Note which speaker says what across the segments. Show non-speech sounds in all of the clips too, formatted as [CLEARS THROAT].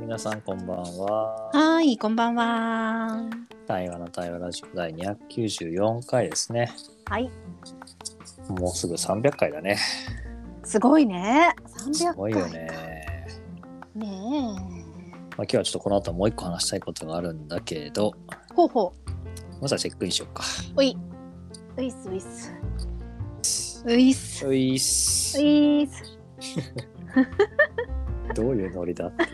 Speaker 1: 皆さんこんばんは。
Speaker 2: はーい、こんばんは。
Speaker 1: 対話の対話ラジオ第294回ですね。
Speaker 2: はい。
Speaker 1: もうすぐ300回だね。
Speaker 2: すごいね。
Speaker 1: す
Speaker 2: 300
Speaker 1: ご
Speaker 2: 回
Speaker 1: い
Speaker 2: か。
Speaker 1: よね。
Speaker 2: ね
Speaker 1: まあ、今日はちょっとこの後もう一個話したいことがあるんだけど、
Speaker 2: え。ほうほ
Speaker 1: まずはチェックインしようか。
Speaker 2: う。おい。ういっす、ういっす。ういっす。
Speaker 1: ういっ
Speaker 2: う
Speaker 1: す。
Speaker 2: いっす。
Speaker 1: どういうノリだっていう。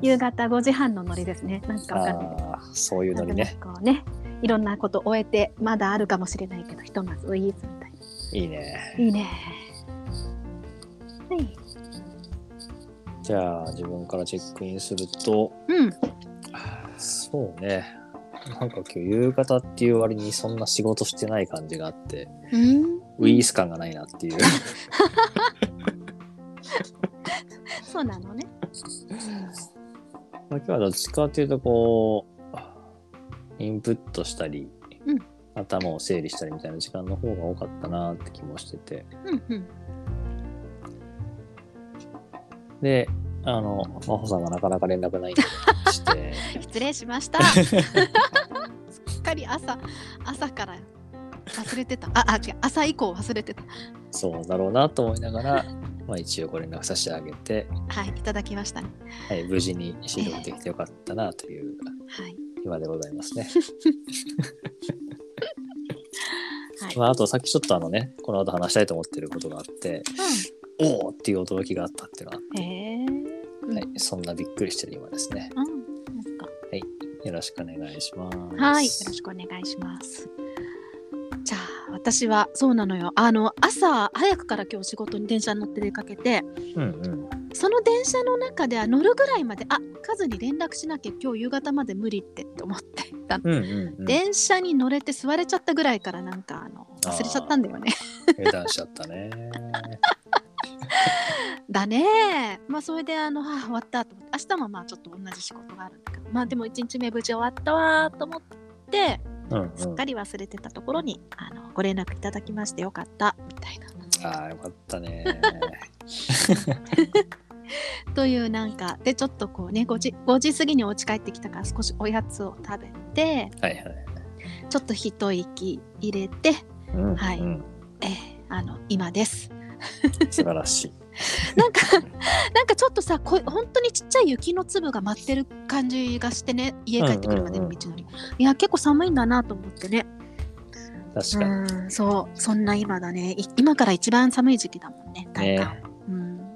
Speaker 2: 夕方5時半のノリですね。なんかわかんない。
Speaker 1: ああ、そういうノリね。
Speaker 2: なんとなくこうね。いろんなこと終えて、まだあるかもしれないけど、ひとまずういっすみたいな。
Speaker 1: いいね。
Speaker 2: いいね。はい。
Speaker 1: じゃあ自分からチェックインすると、
Speaker 2: うん。
Speaker 1: そうね。なんか今日夕方っていう割にそんな仕事してない感じがあって、
Speaker 2: うん。
Speaker 1: ウイース感がないなっていう。
Speaker 2: そうなのね。
Speaker 1: まあ、今日はどっちかっていうとこうインプットしたり、
Speaker 2: うん
Speaker 1: 頭を整理したりみたいな時間の方が多かったなって気もしてて
Speaker 2: うんうん。
Speaker 1: であの真帆さんがなかなか連絡ないんで
Speaker 2: [LAUGHS]
Speaker 1: して
Speaker 2: 失礼しました。 [LAUGHS] すっかり朝朝から忘れてた。ああ違う朝以降忘れてた。
Speaker 1: そうだろうなと思いながら、まあ、一応ご連絡させてあげて、
Speaker 2: はいいただきましたね。
Speaker 1: はい、無事にシードできてよかったなという
Speaker 2: はい
Speaker 1: 今でございますね。
Speaker 2: [LAUGHS] はい。
Speaker 1: まあ、あとさっきちょっとあのねこの後話したいと思ってることがあっておおっていう驚きがあったっていうのは、
Speaker 2: うん、へえ。
Speaker 1: はい、そんなびっくりしてる今ですね。
Speaker 2: うん。うんそっか
Speaker 1: よろしくお願いします。
Speaker 2: はい、よろしくお願いします。じゃあ私はそうなのよ。あの朝早くから今日仕事に電車に乗って出かけて、
Speaker 1: うんうん。
Speaker 2: その電車の中では乗るぐらいまであカズに連絡しなきゃ今日夕方まで無理ってって思ってたの
Speaker 1: うんうん、うん。
Speaker 2: 電車に乗れて座れちゃったぐらいからなんかあの
Speaker 1: あー
Speaker 2: 忘れちゃったんだよね。
Speaker 1: 油断しちゃった
Speaker 2: [LAUGHS]
Speaker 1: ね。
Speaker 2: だねまあそれであの、はあ、終わったと思って明日もまあちょっと同じ仕事があるんだけどまあでも1日目無事終わったわーと思って
Speaker 1: うんうん。
Speaker 2: すっかり忘れてたところに、あのご連絡いただきましてよかったみたいな。
Speaker 1: ああ、よかったね。
Speaker 2: [LAUGHS] というなんかでちょっとこうね5時 ,5 時過ぎにお家帰ってきたから少しおやつを食べて
Speaker 1: はいはい。
Speaker 2: ちょっと一息入れて、
Speaker 1: うんうん
Speaker 2: はいえーあの今です。
Speaker 1: 素晴らしい。
Speaker 2: なんかなんかちょっとさこい本当にちっちゃい雪の粒が舞ってる感じがしてね家帰ってくるまでの道のり、いや結構寒いんだなと思ってね
Speaker 1: 確
Speaker 2: う
Speaker 1: かに。
Speaker 2: んそうそんな今だねい今から一番寒い時期だもんね体感
Speaker 1: ね、
Speaker 2: うん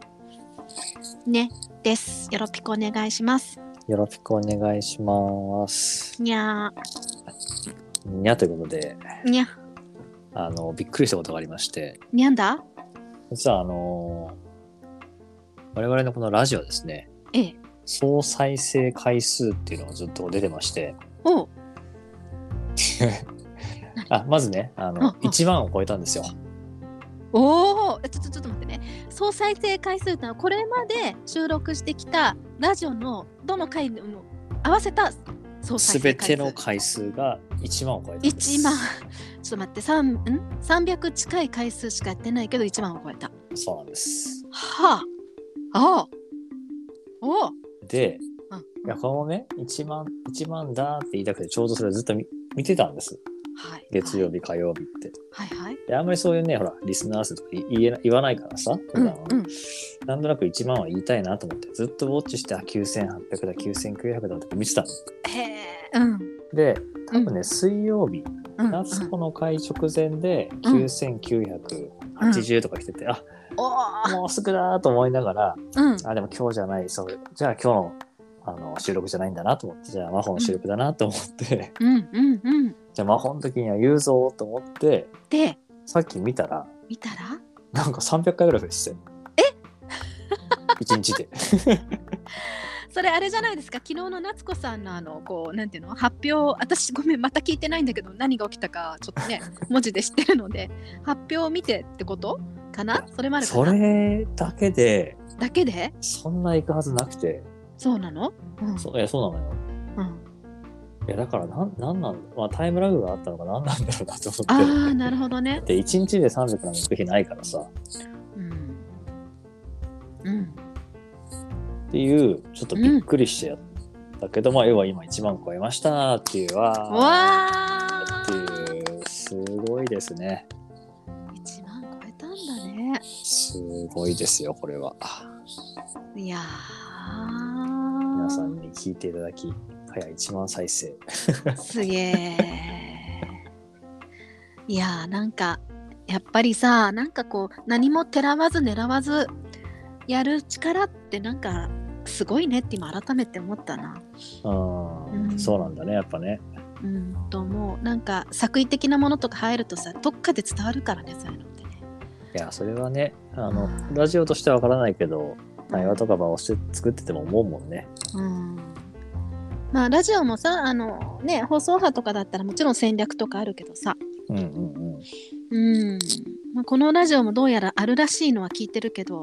Speaker 2: ねですよろぴくお願いします
Speaker 1: よろしくお願いします。
Speaker 2: にゃ
Speaker 1: にゃということで、
Speaker 2: ーにゃ
Speaker 1: あの、びっくりしたことがありまして、
Speaker 2: にゃんだ
Speaker 1: 実はあの我々のこのラジオですね、
Speaker 2: ええ
Speaker 1: 総再生回数っていうのがずっと出てまして、
Speaker 2: おう
Speaker 1: あ、まずね、あ
Speaker 2: うんう
Speaker 1: の
Speaker 2: ん、
Speaker 1: 1万を超えたんですよ。
Speaker 2: おーちょちょちょっと待ってね総再生回数ってのはこれまで収録してきたラジオのどの回でも合わせた総
Speaker 1: す
Speaker 2: 再
Speaker 1: べ
Speaker 2: 生回数
Speaker 1: ての回数が1万を超えたんです。
Speaker 2: 1万 [LAUGHS] ちょっと待って、3ん300近い回数しかやってないけど1万を超えた。
Speaker 1: そうなんです。
Speaker 2: はあ。ああ。おお。
Speaker 1: で、
Speaker 2: うん
Speaker 1: いやこのね、1万、1万だって言いたくて、ちょうどそれをずっと見見てたんです。
Speaker 2: はい。
Speaker 1: 月曜日、火曜日って。
Speaker 2: はいはい。
Speaker 1: で、あんまりそういうね、ほら、リスナー数とかい言えな言わないからさ、
Speaker 2: うん
Speaker 1: 普段は
Speaker 2: うん。
Speaker 1: なんとなく1万は言いたいなと思って、ずっとウォッチして、あ、9800だ、9900だって見てたの。
Speaker 2: へえ。うん。
Speaker 1: で、多分ね、水曜日、
Speaker 2: うん。
Speaker 1: 夏子の会直前で
Speaker 2: うん
Speaker 1: 9980とか来てて、あ、
Speaker 2: おお。
Speaker 1: もうすぐだーと思いながら、
Speaker 2: うん。
Speaker 1: あ、でも今日じゃない、そう、じゃあ今日のあの収録じゃないんだなと思って、じゃあ魔法の収録だなと思って、 [LAUGHS]
Speaker 2: うんうんうん。
Speaker 1: じゃあ魔法の時には言うぞーと思って、
Speaker 2: で、
Speaker 1: さっき見たら、
Speaker 2: 見たら
Speaker 1: なんか300回ぐらい増えてて。 [LAUGHS] え一
Speaker 2: [LAUGHS]
Speaker 1: 日で。
Speaker 2: それあれじゃないですか昨日の夏子さんのあのこうなんていうの発表私ごめんまた聞いてないんだけど何が起きたかちょっとね
Speaker 1: [LAUGHS]
Speaker 2: 文字で知ってるので発表を見てってことかなそれまでか
Speaker 1: そ
Speaker 2: な
Speaker 1: れだけで、
Speaker 2: だけで
Speaker 1: そんな行くはずなくて。
Speaker 2: そうなのうん
Speaker 1: そうえそうなのよ。
Speaker 2: うん
Speaker 1: いや、だからなん、なんなんまあ、タイムラグがあったのかなんなんだろうなと
Speaker 2: あ
Speaker 1: 思って。
Speaker 2: あなるほどね。
Speaker 1: で、一日で300なんか行く日ないからさ。
Speaker 2: うん。うん。
Speaker 1: っていうちょっとびっくりしてやったけど、まあ要は今1万超えましたっていうわー
Speaker 2: わ
Speaker 1: って
Speaker 2: ー
Speaker 1: いうすごいですね
Speaker 2: 1万超えたんだね
Speaker 1: すごいですよこれはい
Speaker 2: や
Speaker 1: 皆さ
Speaker 2: ー
Speaker 1: んに聞いていただき早1万再生
Speaker 2: すげえいやーなんかやっぱりさなんかこう何もてらわず狙わずやる力ってなんかすごいねって今改めて思ったな
Speaker 1: うん、
Speaker 2: うん
Speaker 1: そうなんだねやっぱね
Speaker 2: うんと思うなんか作為的なものとか入るとさどっかで伝わるからねそういうのってね
Speaker 1: いやそれはねあの
Speaker 2: うん
Speaker 1: ラジオとしてはわからないけど対話とか場をして作ってても思うもんね
Speaker 2: うんまあラジオもさあのね放送波とかだったらもちろん戦略とかあるけどさ
Speaker 1: うんうんうん
Speaker 2: うん、まあ、このラジオもどうやらあるらしいのは聞いてるけど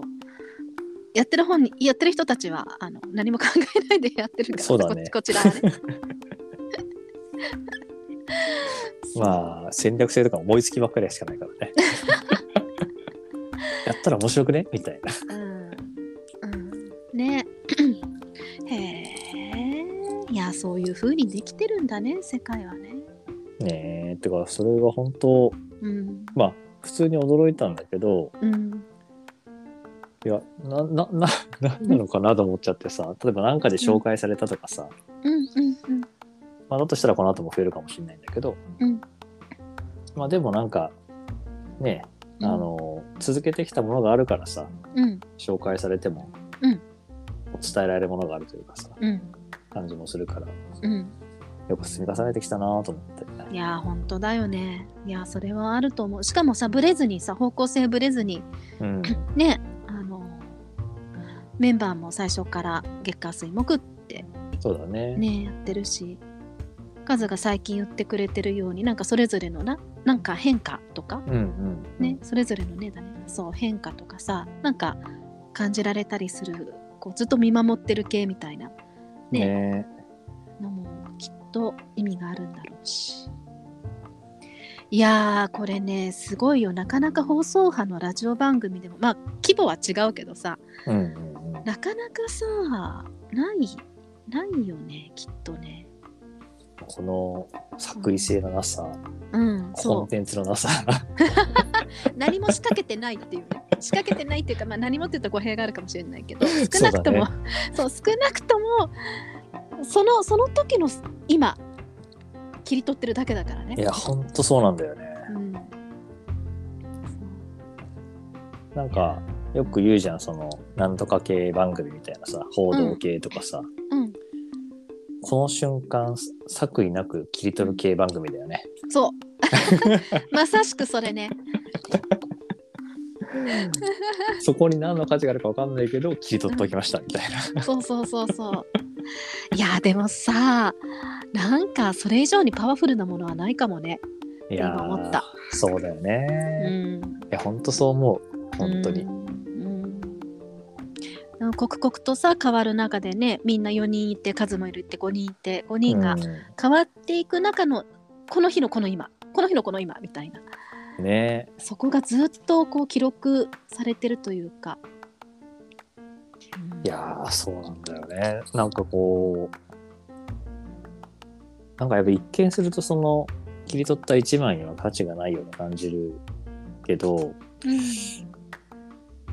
Speaker 2: やってる本にやってる人たちはあの何も考えないでやってるから
Speaker 1: そうだね
Speaker 2: ここちらはね
Speaker 1: まあ戦略性とか思いつきばっかりしかないから [LAUGHS] ねやったら面白くねみたいな
Speaker 2: うんうんね [CLEARS THROAT] へえいやそういう風にできてるんだね世界はね
Speaker 1: ねえてかそれが本当
Speaker 2: うん
Speaker 1: まあ普通に驚いたんだけど
Speaker 2: うん
Speaker 1: いやななな [LAUGHS] なんなのかなと思っちゃってさ例えば何かで紹介されたとかさ、
Speaker 2: うんうんうん
Speaker 1: まあ、だとしたらこの後も増えるかもしれないんだけど、
Speaker 2: うん
Speaker 1: まあでもなんかねあの続けてきたものがあるからさ
Speaker 2: うん
Speaker 1: 紹介されても、
Speaker 2: うん
Speaker 1: 伝えられるものがあるというかさ
Speaker 2: うん
Speaker 1: 感じもするから
Speaker 2: うん
Speaker 1: よく積み重ねてきたなと思って
Speaker 2: いやー本当だよねいやーそれはあると思うしかもさブレずにさ方向性ブレずに
Speaker 1: うん
Speaker 2: ねあのメンバーも最初から月火水木って
Speaker 1: そうだね
Speaker 2: ねやってるしカズが最近言ってくれてるようになんかそれぞれのななんか変化とか
Speaker 1: うんうん
Speaker 2: ねそれぞれのねだねそう変化とかさなんか感じられたりするこうずっと見守ってる系みたいなね
Speaker 1: ね
Speaker 2: のもきっと意味があるんだろうしいやーこれねすごいよなかなか放送波のラジオ番組でもまあ規模は違うけどさ
Speaker 1: うんうんうん
Speaker 2: なかなかさないないよねきっとね
Speaker 1: この作為性のなさ、
Speaker 2: うん
Speaker 1: コン
Speaker 2: そ
Speaker 1: テンツのなさ
Speaker 2: う何も仕掛けてないっていう [LAUGHS] ね仕掛けてないっていうか、まあ、何もって言うと語弊があるかもしれない [LAUGHS] けど少なくともそう,、少なくともそのその時の今切り取ってるだけだからね
Speaker 1: いやほんとそうなんだよね
Speaker 2: うん
Speaker 1: なんかよく言うじゃんそのなんとか系番組みたいなさ報道系とかさ、
Speaker 2: そううん
Speaker 1: この瞬間作為なく切り取る系番組だよね。
Speaker 2: そう [LAUGHS] まさしくそれね
Speaker 1: そこに何の価値があるか分かんないけど切り取っておきましたみたいな。
Speaker 2: そうそうそうそういやでもさなんかそれ以上にパワフルなものはないかもね
Speaker 1: いやー
Speaker 2: 今思った
Speaker 1: そうだよ
Speaker 2: う
Speaker 1: ね。
Speaker 2: ん
Speaker 1: いや本当そう思う本当に。
Speaker 2: うんうん刻々とさ変わる中でねみんな4人いて数もいるって5人いて5人が
Speaker 1: う
Speaker 2: 変わっていく中のこの日のこの今この日のこの今みたいなん
Speaker 1: ね
Speaker 2: そこがずっとこう記録されてるというか。うん
Speaker 1: いやーそうなんだよね。なんかこうなんかやっぱ一見するとその切り取った一枚には価値がないような感じるけど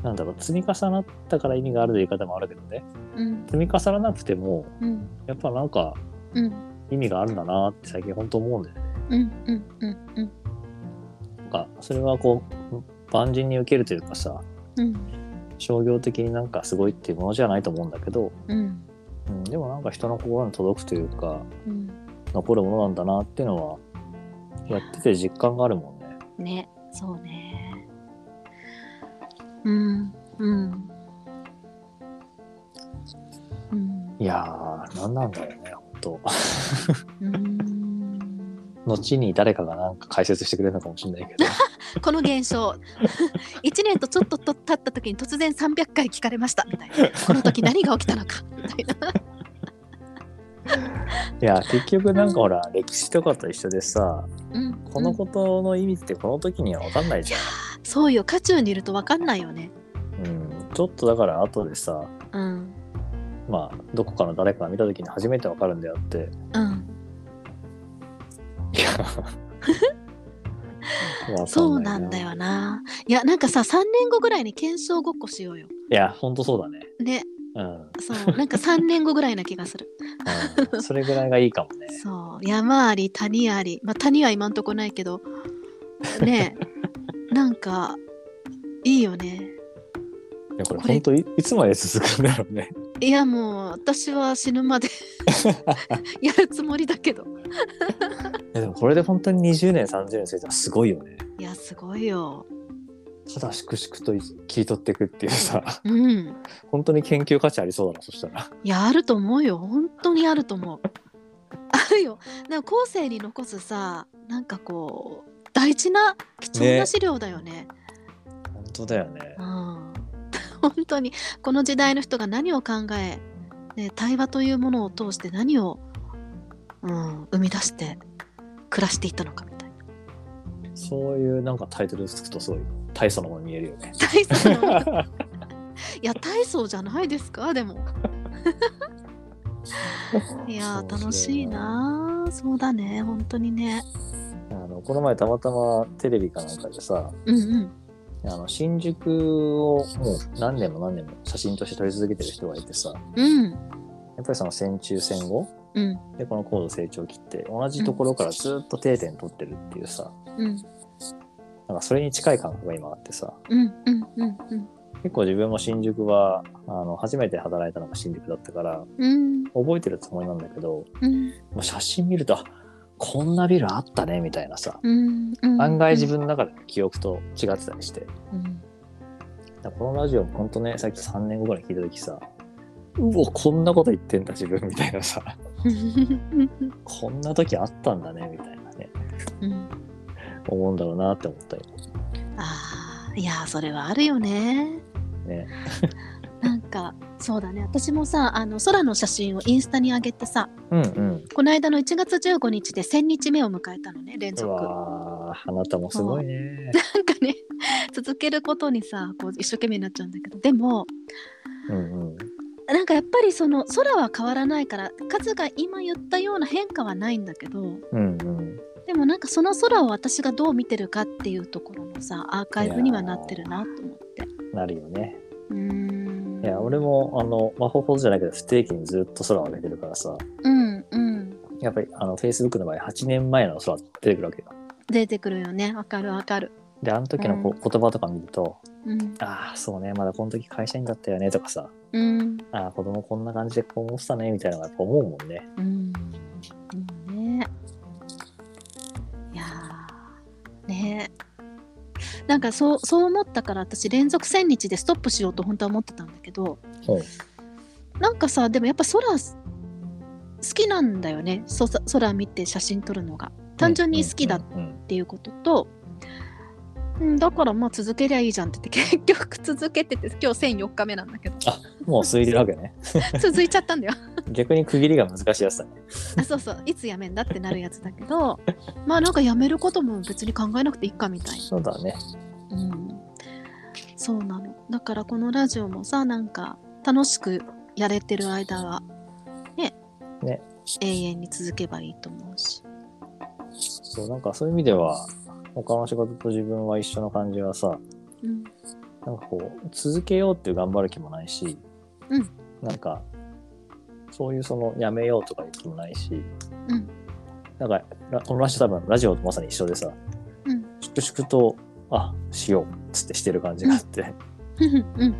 Speaker 1: なんだろう積み重なったから意味があるという言い方もあるけどね
Speaker 2: うん
Speaker 1: 積み重ならなくても
Speaker 2: うん
Speaker 1: やっぱなんか
Speaker 2: うん
Speaker 1: 意味があるんだなって最近本当思うんだよね。
Speaker 2: うんうんうんうん
Speaker 1: なんかそれはこう万人に受けるというかさ
Speaker 2: うん
Speaker 1: 商業的になんかすごいっていうものじゃないと思うんだけど、
Speaker 2: うん
Speaker 1: うん、でもなんか人の心に届くというか
Speaker 2: うん
Speaker 1: 残るものなんだなっていうのはやってて実感があるもんね。
Speaker 2: ねそうねうんうんうん
Speaker 1: いやー何なんだろうね本当
Speaker 2: うん
Speaker 1: 後に誰かがなんか解説してくれるのかもしれないけど [LAUGHS]
Speaker 2: この現象1年とちょっとと経った時に突然300回聞かれましたみたいなこの時何が起きたのかみたいない
Speaker 1: や結局なんかほら歴史とかと一緒でさ
Speaker 2: うん
Speaker 1: このことの意味ってこの時には分かんないじゃん。
Speaker 2: そうよ渦中にいると分かんないよね
Speaker 1: うん、ちょっとだから後でさ
Speaker 2: うん
Speaker 1: まあどこかの誰かが見た時に初めてわかるんであって
Speaker 2: うん、
Speaker 1: いやわかんない
Speaker 2: そうなんだよないやなんかさ3年後ぐらいに検証ごっこしようよ
Speaker 1: いやほんとそうだね
Speaker 2: ね
Speaker 1: うん
Speaker 2: そうなんか3年後ぐらいな気がする [LAUGHS]
Speaker 1: うんそれぐらいがいいかもね
Speaker 2: そう山あり谷ありまあ谷は今んとこないけどねなんかいいよね
Speaker 1: いやこれ
Speaker 2: これ
Speaker 1: 本当いいつまで続くんだろうね
Speaker 2: いやもう私は死ぬまでやるつもりだけど
Speaker 1: いやでもこれで本当に20年30年するのはすごいよね
Speaker 2: いやすごいよ
Speaker 1: ただ粛々と切り取っていくっていうさ [LAUGHS]
Speaker 2: うん
Speaker 1: 本当に研究価値ありそうだなそしたら
Speaker 2: いやあると思うよ本当にあると思うあるよなんか後世に残すさなんかこう大事な貴重な
Speaker 1: ね
Speaker 2: 資料だよね
Speaker 1: 本当だよね
Speaker 2: うん [LAUGHS] 本当にこの時代の人が何を考え、ね、対話というものを通して何を、うん、生み出して暮らしていったのかみ
Speaker 1: [LAUGHS]
Speaker 2: たいな。
Speaker 1: そういうなんかタイトルつくとすごい大層なものに見えるよね
Speaker 2: 大層ないや大層じゃないですかで
Speaker 1: [LAUGHS]
Speaker 2: も。いや
Speaker 1: そうそう
Speaker 2: 楽しいなそうだね本当にね。
Speaker 1: あのこの前たまたまテレビかなんかでさ
Speaker 2: うんうん
Speaker 1: あの新宿をもう何年も何年も写真として撮り続けてる人がいてさや
Speaker 2: うん
Speaker 1: っぱりその戦中戦後
Speaker 2: うん
Speaker 1: でこの高度成長期って同じところからずっと定点撮ってるっていうさ、
Speaker 2: うん
Speaker 1: なんかそれに近い感覚が今あってさ
Speaker 2: うんうんうんうん
Speaker 1: 結構自分も新宿はあの初めて働いたのが新宿だったから
Speaker 2: うん
Speaker 1: 覚えてるつもりなんだけど
Speaker 2: うん
Speaker 1: もう写真見るとあこんなビルあったねみたいなさ
Speaker 2: うんうん
Speaker 1: 案外自分の中での記憶と違ってたりして
Speaker 2: うん
Speaker 1: だからこのラジオもほんとねさっき3年後からい聞いた時さうおこんなこと言ってんだ自分みたいなさこんな時あったんだねみたいなね
Speaker 2: うん
Speaker 1: 思うんだろうなって思ったり
Speaker 2: あーいやーそれはあるよね
Speaker 1: ね
Speaker 2: なんかそうだね私もさあの空の写真をインスタに上げてさ
Speaker 1: うんうん
Speaker 2: この間の1月15日で1000日目を迎えたのね連
Speaker 1: う
Speaker 2: 続な
Speaker 1: わーあなたもすごいね
Speaker 2: んかね [LAUGHS] 続けることにさこう一生懸命になっちゃうんだけどでも
Speaker 1: うんうん
Speaker 2: なんかやっぱりその空は変わらないから数が今言ったような変化はないんだけど
Speaker 1: うんうん
Speaker 2: でもなんかその空を私がどう見てるかっていうところのさアーカイブにはなってるなと思って。
Speaker 1: なるよね
Speaker 2: うーん
Speaker 1: いや俺もあの魔法ほどじゃないけど不定期にずっと空を上げてるからさ
Speaker 2: うんうん
Speaker 1: やっぱりあの Facebook の場合8年前の空って出てくるわけよ
Speaker 2: 出てくるよねわかるわかる
Speaker 1: であの時のこう言葉とか見ると、
Speaker 2: うん
Speaker 1: ああそうねまだこの時会社員だったよねとかさ
Speaker 2: うん
Speaker 1: ああ子供こんな感じでこう思ってたねみたいなのがやっぱ思うもんね
Speaker 2: うんねいやーねなんかそうそう思ったから私連続1000日でストップしようと本当は思ってたんだけど
Speaker 1: はい
Speaker 2: なんかさでもやっぱ空す好きなんだよねそ空見て写真撮るのが単純に好きだっ
Speaker 1: うんうん
Speaker 2: ていうことと、うん、だからまあ続けりゃいいじゃんって言って結局続けてて今日1004日目なんだけど
Speaker 1: うんもう空いてるわけね
Speaker 2: 続いちゃったんだよ
Speaker 1: 逆に区切りが難しいやつだね
Speaker 2: あそうそういつやめんだってなるやつだけど [LAUGHS] まあなんかやめることも別に考えなくていいかみたい
Speaker 1: そうだね
Speaker 2: な、うん、そうなのだからこのラジオもさなんか楽しくやれてる間はね
Speaker 1: ね
Speaker 2: 永遠に続けばいいと思うし
Speaker 1: そうなんかそういう意味では他の仕事と自分は一緒の感じはさ
Speaker 2: うん
Speaker 1: なんかこう続けようっていう頑張る気もないし、
Speaker 2: うん
Speaker 1: なんかそういうそのやめようとかいう気もないし
Speaker 2: うん
Speaker 1: なんかラこのラジオ多分ラジオとまさに一緒でさ
Speaker 2: うん
Speaker 1: 粛々とあしようっつってしてる感じがあって [LAUGHS]
Speaker 2: うん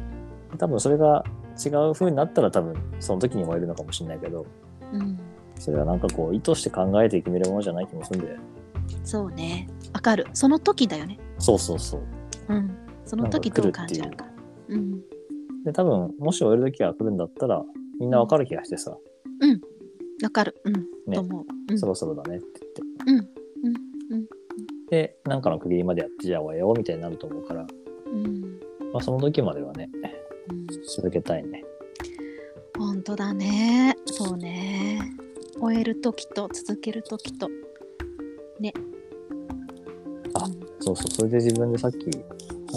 Speaker 1: 多分それが違う風になったら多分その時に燃えるのかもしれないけど
Speaker 2: うん
Speaker 1: それはなんかこう意図して考えて決めるものじゃない気もするんで
Speaker 2: そうねわかるその時だよね
Speaker 1: そうそうそう
Speaker 2: うんその時どう感じるかうん
Speaker 1: で多分もし終える時が来るんだったらみんなわかる気がしてさ、
Speaker 2: わかるうん、
Speaker 1: ね
Speaker 2: と思ううん
Speaker 1: そろそろだねって
Speaker 2: うん
Speaker 1: 言ってでなんかの区切りまでやってじゃあ終えようみたいになると思うから、
Speaker 2: うん
Speaker 1: まあ、その時まではね
Speaker 2: うん
Speaker 1: 続けたいね
Speaker 2: 本当だねそうね終える時と続ける時と
Speaker 1: あそうそうそれで自分でさっき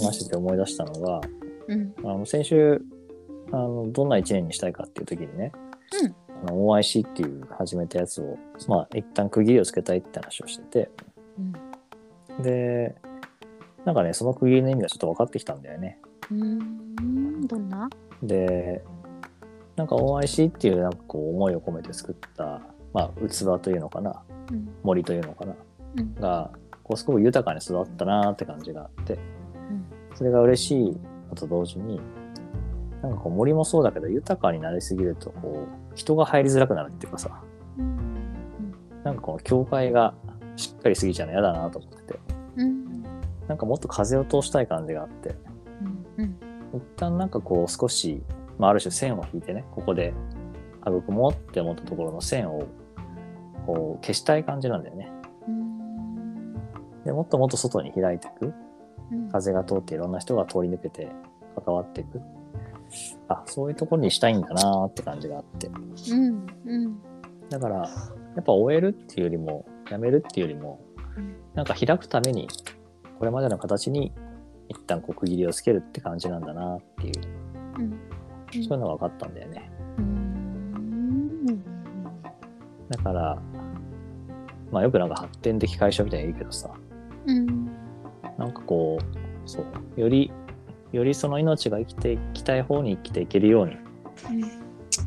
Speaker 1: 話してて思い出したのが
Speaker 2: うん
Speaker 1: あの先週あのどんな1年にしたいかっていう時にね、
Speaker 2: うん
Speaker 1: あの OIC っていう始めたやつをまあ一旦区切りをつけたいって話をしてて
Speaker 2: うん
Speaker 1: でなんかねその区切りの意味がちょっと分かってきたんだよね。
Speaker 2: うーんどんな
Speaker 1: でなんか OIC っていうなんかこう思いを込めて作った、まあ、器というのかな
Speaker 2: うん
Speaker 1: 森というのかな
Speaker 2: うん
Speaker 1: がこうすごく豊かに育ったなーって感じがあって
Speaker 2: うん
Speaker 1: それが嬉しいのと同時になんかこう森もそうだけど豊かになりすぎるとこう人が入りづらくなるっていうかさ
Speaker 2: うん
Speaker 1: なんかこの境界がしっかりすぎちゃうの嫌だなと思ってて
Speaker 2: うん
Speaker 1: なんかもっと風を通したい感じがあって
Speaker 2: うん
Speaker 1: 一旦なんかこう少し、まあ、ある種線を引いてねここで育もうって思ったところの線をこう消したい感じなんだよね
Speaker 2: うん
Speaker 1: でもっともっと外に開いていく
Speaker 2: うん
Speaker 1: 風が通っていろんな人が通り抜けて関わっていくあそういうところにしたいんだなーって感じがあって
Speaker 2: うんうん
Speaker 1: だからやっぱ終えるっていうよりもやめるっていうよりも
Speaker 2: うん
Speaker 1: なんか開くためにこれまでの形に一旦こう区切りをつけるって感じなんだなっていう
Speaker 2: うん
Speaker 1: そういうのが分かったんだよね
Speaker 2: うん
Speaker 1: だからまあよくなんか発展的解消みたいに言うけどさ
Speaker 2: うん
Speaker 1: なんかこうそうよりよりその命が生きていきたい方に生きていけるように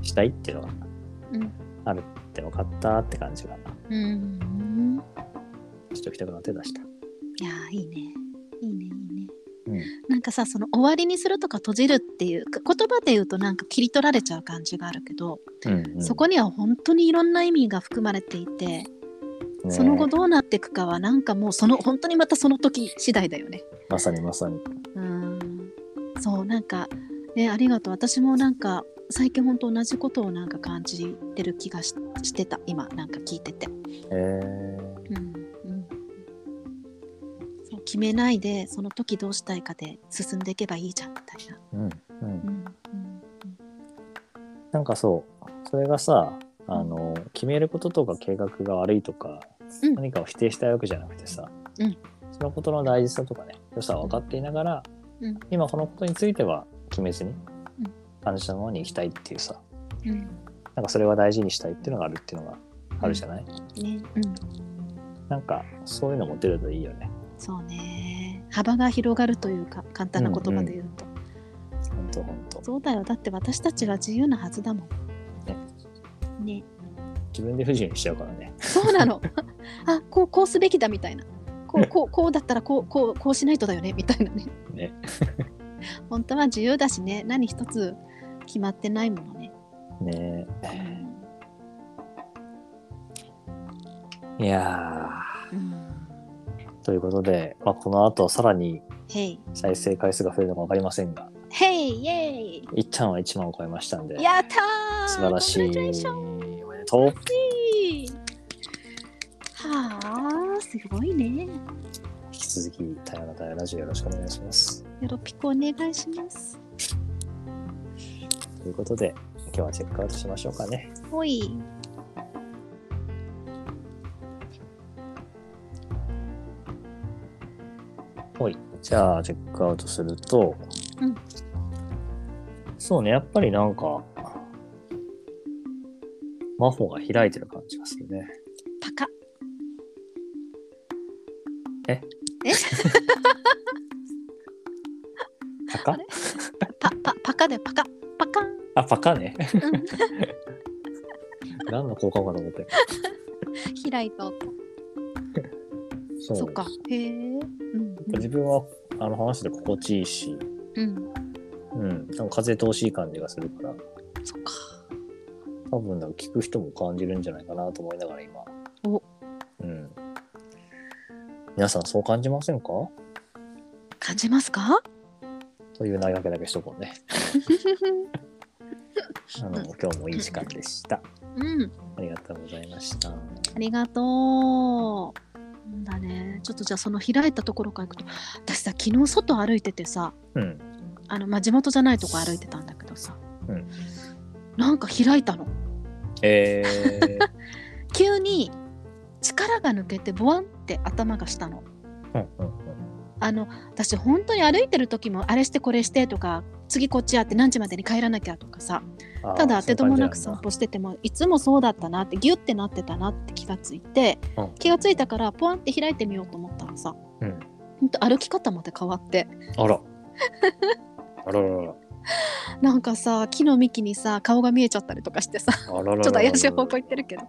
Speaker 1: したいっていうのが
Speaker 2: うん
Speaker 1: あるって分かったって感じが
Speaker 2: うん
Speaker 1: ちょっと行きたくなって出した。
Speaker 2: いやーいいねいいねいいね
Speaker 1: うん、
Speaker 2: なんかさその終わりにするとか閉じるっていうか言葉で言うとなんか切り取られちゃう感じがあるけど、
Speaker 1: うんうん
Speaker 2: そこには本当にいろんな意味が含まれていて、
Speaker 1: ね
Speaker 2: その後どうなっていくかはなんかもうその本当にまたその時次第だよね。
Speaker 1: まさにまさに。
Speaker 2: うんそうなんか、ね、ありがとう私もなんか最近本当同じことをなんか感じてる気がししてた今なんか聞いてて。
Speaker 1: えー
Speaker 2: うんうんそう決めないでその時どうしたいかで進んでいけばいいじゃんみたいな。
Speaker 1: うんうん
Speaker 2: う、んうん
Speaker 1: なんかそうそれがさあの決めることとか計画が悪いとか、
Speaker 2: うん
Speaker 1: 何かを否定したいわけじゃなくてさ、
Speaker 2: うん
Speaker 1: そのことの大事さとかね良さは分かっていながら、
Speaker 2: うん
Speaker 1: 今このことについては決めずに
Speaker 2: うん
Speaker 1: 感じたままに行きたいっていうさ
Speaker 2: うん
Speaker 1: なんかそれは大事にしたいっていうのがあるっていうのがあるじゃない、
Speaker 2: ねうん、
Speaker 1: なんかそういうのも出るといいよね
Speaker 2: そうね幅が広がるというか簡単な言葉で言うと、
Speaker 1: ほんとほんと
Speaker 2: そうだよだって私たちは自由なはずだもん。ね
Speaker 1: 自分で不自由にしちゃうからね
Speaker 2: そうなの [LAUGHS] あこうこうすべきだみたいなこうこうこうだったらこうこうこうしないとだよねみたいなね
Speaker 1: ね
Speaker 2: [LAUGHS] 本当は自由だしね何一つ決まってないものね。
Speaker 1: ねいや
Speaker 2: うん
Speaker 1: ーということで、まあ、この後さらに
Speaker 2: へい
Speaker 1: 再生回数が増えるのか分かりませんが
Speaker 2: へいイェイ
Speaker 1: 一旦は1万を超えましたんで
Speaker 2: やったー
Speaker 1: 素晴らしい
Speaker 2: Congratulations
Speaker 1: おめでとう
Speaker 2: はあすごいね。
Speaker 1: 引き続き「たやなたやラジオ」よろしくお願いします
Speaker 2: よろぴくお願いします。
Speaker 1: ということで今日はチェックアウトしましょうかね
Speaker 2: ほい。
Speaker 1: はいじゃあチェックアウトすると、
Speaker 2: うん
Speaker 1: そうねやっぱりなんか魔法が開いてる感じがするね
Speaker 2: パカ。
Speaker 1: え
Speaker 2: え
Speaker 1: パカ
Speaker 2: あれパパパカでパカパカン。
Speaker 1: あパカね [LAUGHS]
Speaker 2: う
Speaker 1: 何の効果音かと思って
Speaker 2: ん、開いた音。
Speaker 1: そう
Speaker 2: そっか。へえ。うん
Speaker 1: 自分はあの話で心地いいし、
Speaker 2: うん。
Speaker 1: うん、なんか風通しいい感じがするから
Speaker 2: そっか。
Speaker 1: 多分なんか聞く人も感じるんじゃないかなと思いながら今
Speaker 2: お
Speaker 1: うん皆さんそう感じませんか
Speaker 2: 感じますか？
Speaker 1: という投げかけだけしとこう
Speaker 2: [LAUGHS]
Speaker 1: ねあの今日もいい時間でした
Speaker 2: うん。
Speaker 1: ありがとうございました
Speaker 2: ありがとう。なんだね。ちょっとじゃあその開いたところから行くと、私さ昨日外歩いててさ、
Speaker 1: うん
Speaker 2: あのまあ地元じゃないとこ歩いてたんだけどさ、
Speaker 1: うん
Speaker 2: なんか開いたの。
Speaker 1: え
Speaker 2: [LAUGHS] 急に力が抜けてボワンって頭がしたの。
Speaker 1: ー、うんうんうん
Speaker 2: あの私本当に歩いてる時もあれしてこれしてとか次こっちやって何時までに帰らなきゃとかさ
Speaker 1: あー
Speaker 2: ただ当てどもなく
Speaker 1: そうい
Speaker 2: 散
Speaker 1: う感
Speaker 2: 歩しててもいつもそうだったなってギュッてなってたなって気がついて、
Speaker 1: うん
Speaker 2: 気がついたからポワンって開いてみようと思ったらさ、
Speaker 1: うん
Speaker 2: ほんと歩き方まで変わって
Speaker 1: じなんだあらあらららら
Speaker 2: なんかさ木の幹にさ顔が見えちゃったりとかしてさ [LAUGHS] ち
Speaker 1: あらららら
Speaker 2: ょっと怪しい方向行ってるけど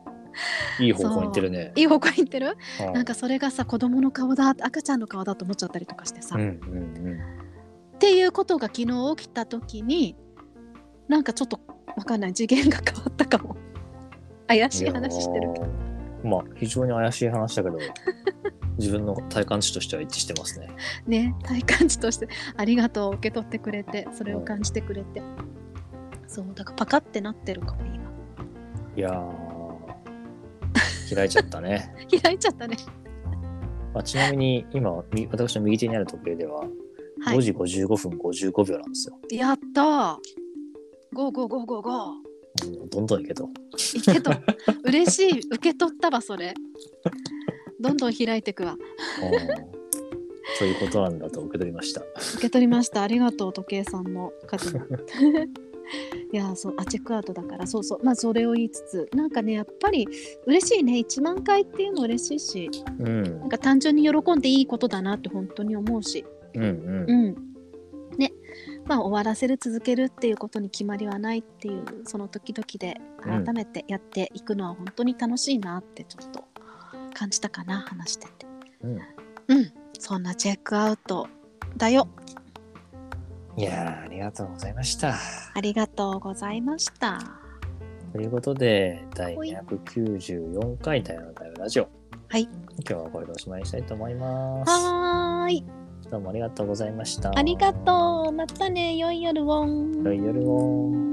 Speaker 1: いい方向行ってるね
Speaker 2: いい方向行ってる
Speaker 1: うん
Speaker 2: なんかそれがさ子供の顔だ赤ちゃんの顔だと思っちゃったりとかしてさ、
Speaker 1: うんう
Speaker 2: っ
Speaker 1: んうん
Speaker 2: ていうことが昨日起きた時になんかちょっとわかんない次元が変わったかも [LAUGHS] 怪しい話してるけど
Speaker 1: いやーまあ非常に怪しい話だ
Speaker 2: [LAUGHS]
Speaker 1: けど自分の体感値としては一致してますね
Speaker 2: ね体感値としてありがとう受け取ってくれてそれを感じてくれて、そうだからパカってなってるかも今
Speaker 1: いやー開いちゃったね
Speaker 2: [LAUGHS] 開いちゃったね
Speaker 1: まあ、ちなみに今み私の右手にある時計では
Speaker 2: は
Speaker 1: 5
Speaker 2: い
Speaker 1: 時55分55秒なんですよ。
Speaker 2: やったー55555
Speaker 1: うんどんどんい
Speaker 2: [LAUGHS]
Speaker 1: けと。
Speaker 2: い
Speaker 1: [LAUGHS]
Speaker 2: けと嬉しい受け取ったわそれどんどん開いてくわ
Speaker 1: そういうことなんだと受け取りました。
Speaker 2: 受け取りましたありがとう時計さんもカズも [LAUGHS] いやーそうあチェックアウトだからそうそうまあそれを言いつつなんかねやっぱり嬉しいね1万回っていうの嬉しいし
Speaker 1: うん、
Speaker 2: なんか単純に喜んでいいことだなって本当に思うし、
Speaker 1: うん、うん
Speaker 2: う。ん。ね、まあ終わらせる続けるっていうことに決まりはないっていうその時々で
Speaker 1: うん
Speaker 2: 改めてやっていくのは本当に楽しいなってちょっと感じたかな話してて。
Speaker 1: うん
Speaker 2: うん、そんなチェックアウトだよ。
Speaker 1: いやーありがとうございました。
Speaker 2: ありがとうございました。
Speaker 1: ということで第
Speaker 2: ほい
Speaker 1: 294回「太陽の太陽ラジオ」
Speaker 2: はい
Speaker 1: 今日はこれでおしまいにしたいと思います。
Speaker 2: はーい、
Speaker 1: どうもありがとうございました。
Speaker 2: ありがとう。またね、良い夜を。
Speaker 1: 良い夜を。